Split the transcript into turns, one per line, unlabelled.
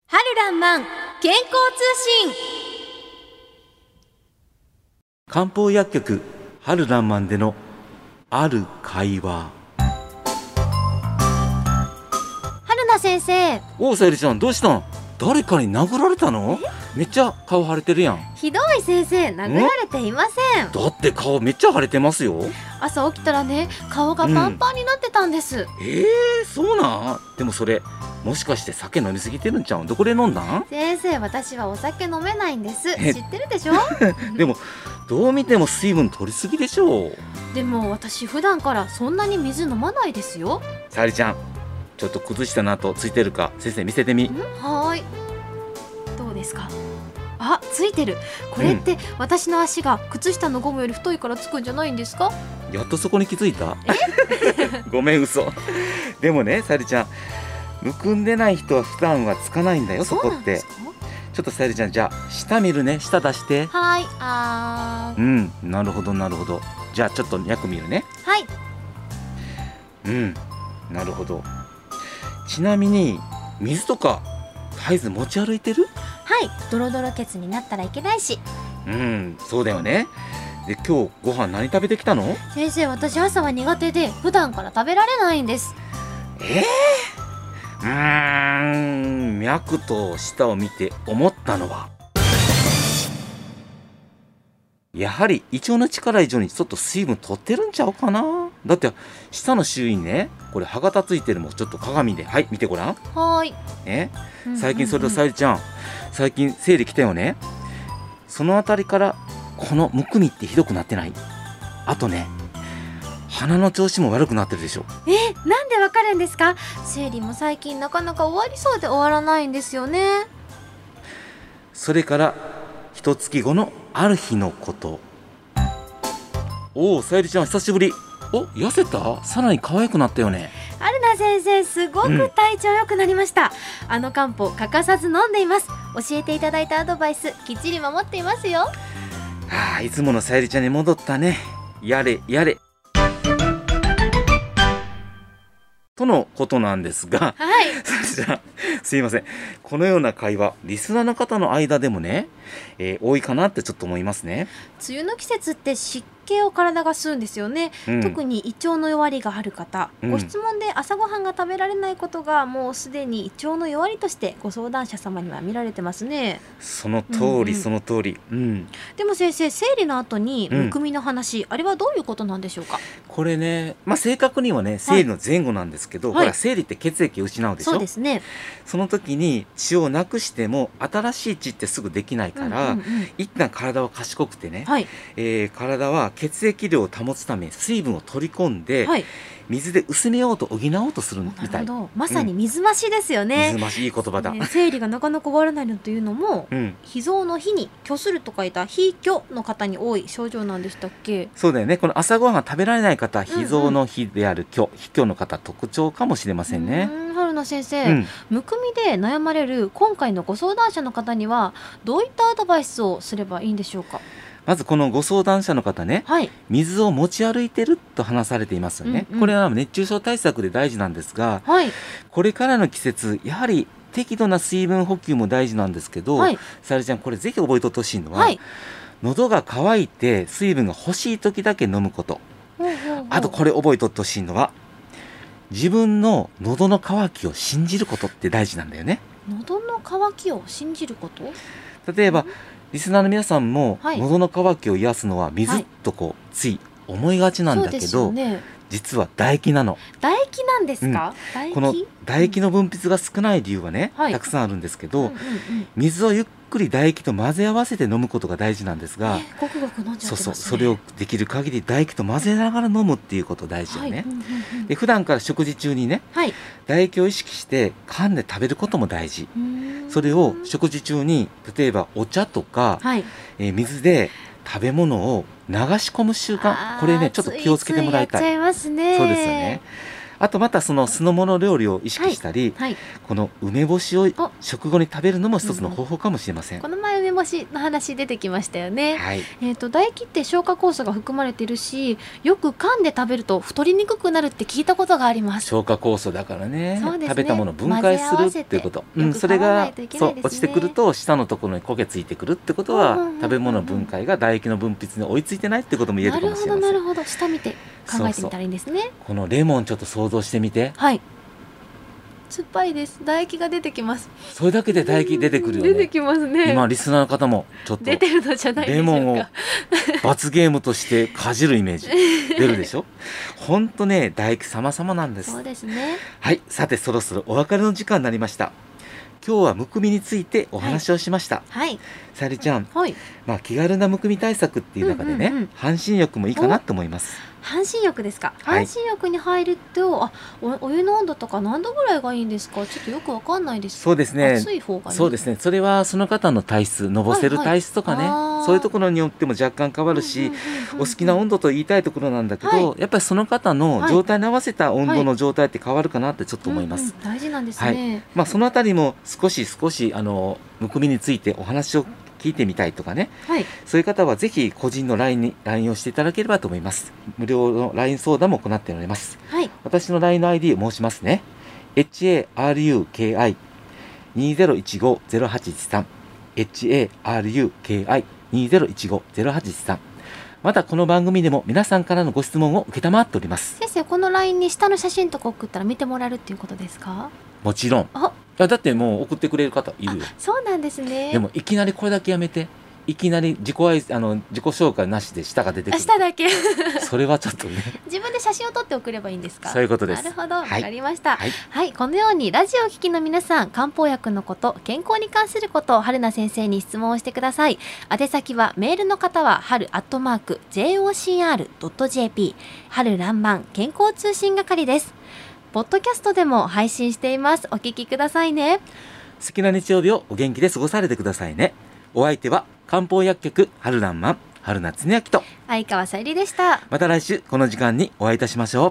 るらんまん健康通信
漢方薬局春ランマンでのある会話
春名先生
おうさゆりちゃんどうしたん誰かに殴られたのめっちゃ顔腫れてるやん
ひどい先生殴られていません
だって顔めっちゃ腫れてますよ
朝起きたらね顔がパンパンになってたんです、
えー、そうなんでもそれもしかして酒飲みすぎてるんちゃうんどこで飲んだん
先生私はお酒飲めないんです
え
知ってるでしょ
でもどう見ても水分取りすぎでしょう
でも私普段からそんなに水飲まないですよ
さゆりちゃんちょっと崩したなとついてるか先生見せてみ
んはーいどうですかあついてるこれって私の足が靴下のゴムより太いからつくんじゃないんですか
やっとそこに気づいた ごめん嘘でもねさゆりちゃんむくんでない人は普段はつかないんだよそこ
なん
って
ですか
ちょっとさゆりちゃんじゃあ下見るね下出して
はーいあ
うんなるほどなるほどじゃあちょっと脈見るね
ーはい
うんなるほどちなみに水とか絶えず持ち歩いてる
はいドロドロ血になったらいけないし
うんそうだよねで今日ご飯何食べてきたの
先生私朝は苦手で普段から食べられないんです
ええうーん脈と舌を見て思ったのはやはり胃腸の力以上にちょっと水分取ってるんちゃうかなだって舌の周囲にねこれ歯型ついてるもんちょっと鏡ではい見てごらん
はーい
ね
うん
最近それと
うん
さゆりちゃん最近生理来たよねそのあたりからこのむくみってひどくなってないあとね鼻の調子も悪くなってるでしょ
うんえなんでわかるんですか生理も最近なかなか終わりそうで終わらないんですよね
それから一月後のある日のことおおさゆりちゃん久しぶりお痩せたさらに可愛くなったよね
アルナ先生すご
うん
く体調良くなりました、あの漢方欠かさず飲んでいます教えていただいたアドバイスきっちり守っていますよ
ああいつものさゆりちゃんに戻ったねやれやれとのことなんですが
はい
さゆりちゃんすいませんこのような会話リスナーの方の間でもね、えー多いかなってちょっと思いますね、
梅雨の季節って湿気を体が吸うんですよね、
うん、
特に胃腸の弱りがある方、
うん
ご質問で朝ごはんが食べられないことがもうすでに胃腸の弱りとしてご相談者様には見られてますね
その
うん
通
う
り
ん
その通りうん
でも先生生理の後に
うん
むくみの話、あれはどういうことなんでしょうか
これね、まあ、正確にはね生理の前後なんですけど、
はい
ほら生理って血液を失うでしょ
そうですね
その時に血をなくしても新しい血ってすぐできないから、
うんうんうん
一旦体は賢くてね、
はい
えー体は血液量を保つため水分を取り込んで、
はい
水で薄めようと補おうとするみ
な
た
る
い
ほどまさに水増しですよね、
水増しいい言葉だ、
ね生理がなかなか終わらないのというのも
うん
脾臓の脾に虚すると書いた脾虚の方に多い症状なんでしたっけ
そうだよねこの朝ごはんが食べられない方
んうん
脾臓の脾である虚脾虚の方特徴かもしれませんね
う。ーん春菜先
う
生、
ん、
むくみで悩まれる今回のご相談者の方にはどういったアドバイスをすればいいんでしょうか
まずこのご相談者の方ね
はい
水を持ち歩いてると話されていますよね、
うんうん
これは熱中症対策で大事なんですが
はい
これからの季節やはり適度な水分補給も大事なんですけど、
はい
さゆりちゃんこれぜひ覚えておいてほしいのは、
はい
喉が渇いて水分が欲しい時だけ飲むこと
ほうほうほう
あとこれ覚えておいてほしいのは自分の喉の渇きを信じることって大事なんだよね
喉の渇きを信じること
例えば、
う
リスナーの皆さんも、
はい
喉の渇きを癒すのは
は
水
い
とこう、つい思いがちなんだ
そう
け
です
ど、
よね
実は唾液なの
唾液なんですか、唾液
この唾液の分泌が少ない理由はね、
はい
たくさんあるんですけ
う
ど、
んうんうん
水をゆっくり唾液と混ぜ合わせて飲むことが大事なんですが、
えごくごく飲んじゃってます、
そ
ね、
うそうそれをできる限り唾液と混ぜながら飲むっていうこと大事よ
はい、
ね、
うんうんうん
で普段から食事中にね
はい
唾液を意識して噛んで食べることも大事
うーん
それを食事中に例えばお茶とか、
はい
えー水で食べ物を流し込む習
あ
慣
ー
これねちょっと気をつけてもらいたい
ついつやっちゃいますね
そうですよねあとまたその酢の物料理を意識したり、
はい
この梅干しを
お
食後に食べるのも一つの方法かもしれません、
この前梅めもしの話出てきましたよね。
はい
えー、と唾液って消化酵素が含まれてるしよく噛んで食べると太りにくくなるって聞いたことがあります。
消化酵素だからね
そうですね
食べたものを分解するっていうこと、
混ぜ合わせてよく
それ
噛まな
が
いといけない
そ
うですね
落ちてくると舌のところに焦げついてくるってこと
う
は
んうんうんうん
食べ物の分解が唾液の分泌に追いついてないってことも言え
な
るか
る
もし
ほど
れませ
なんるほど下見て考えてみたらいいんですね。
このレモンちょっと想像してみて
はい酸っぱいです唾液が出てきます。
それだけで唾液出てくるよ
出て
ね
きますね。
今リスナーの方もちょっと
出てるのじゃないでし
レ
ょうか。
モンを罰ゲームとしてかじるイメージ出る でしょほんとね唾液様々なんです
そうですね。
はいさてそろそろお別れの時間になりました今日はむくみについてお話をしました、
はい
さゆりちゃん
はい。
まあ、気軽なむくみ対策っていう中でね、
うんうんうん
半身浴もいいかなと思います
半身浴ですか。
は
半
い
身浴に入ると、あおお湯の温度とか何度ぐらいがいいんですか。ちょっとよくわかんないです。
そうですね
暑い方がいい。
そうですねそれはその方の体質のぼせ
はい
る
はい
体質とかね、
あー
そういうところによっても若干変わるし、
うんうんうんうんうん
お好きな温度と言いたいところなんだけど、
は
やっぱりその方の状態に合わせた温度の状態って変わるかなってちょっと思います、
うんうん大事なんですね。
まあ、そのあたりも少し少しあのむくみについてお話を聞いてみたいとかね
はい。
そういう方はぜひ個人の LINE に LINE をしていただければと思います無料の LINE 相談も行っております
はい。
私の LINE の ID を申しますね。haruki2015-0813 haruki2015-0813またこの番組でも皆さんからのご質問を受けたまっております。
先生、このラインに下の写真とか送ったら見てもらえるっていうことですか。
もちろん。い
あ、
や、だってもう送ってくれる方い
あ
るよ。
そうなんですね。
でもいきなりこれだけやめて。いきなり自己愛あの自己紹介なしで舌が出てく
あ。
る。
下だけ
それはちょっとね。
自分で写真を撮って送ればいいんですか
そういうことです
なるほど、
は
わ
い
かりました、
はい。
はい、このようにラジオをお聞きの皆さん、漢方薬のこと、健康に関することを春名先生に質問をしてください。宛先はメールの方は春アットマーク jocr.jp 春らんまん健康通信係です。ポッドキャストでも配信しています。お聞きくださいね。
好きな日曜日をお元気で過ごされてくださいね。お相手は漢方薬局春らんまん春夏ねあきと。
相川さゆりでした。
また来週この時間にお会いいたしましょう。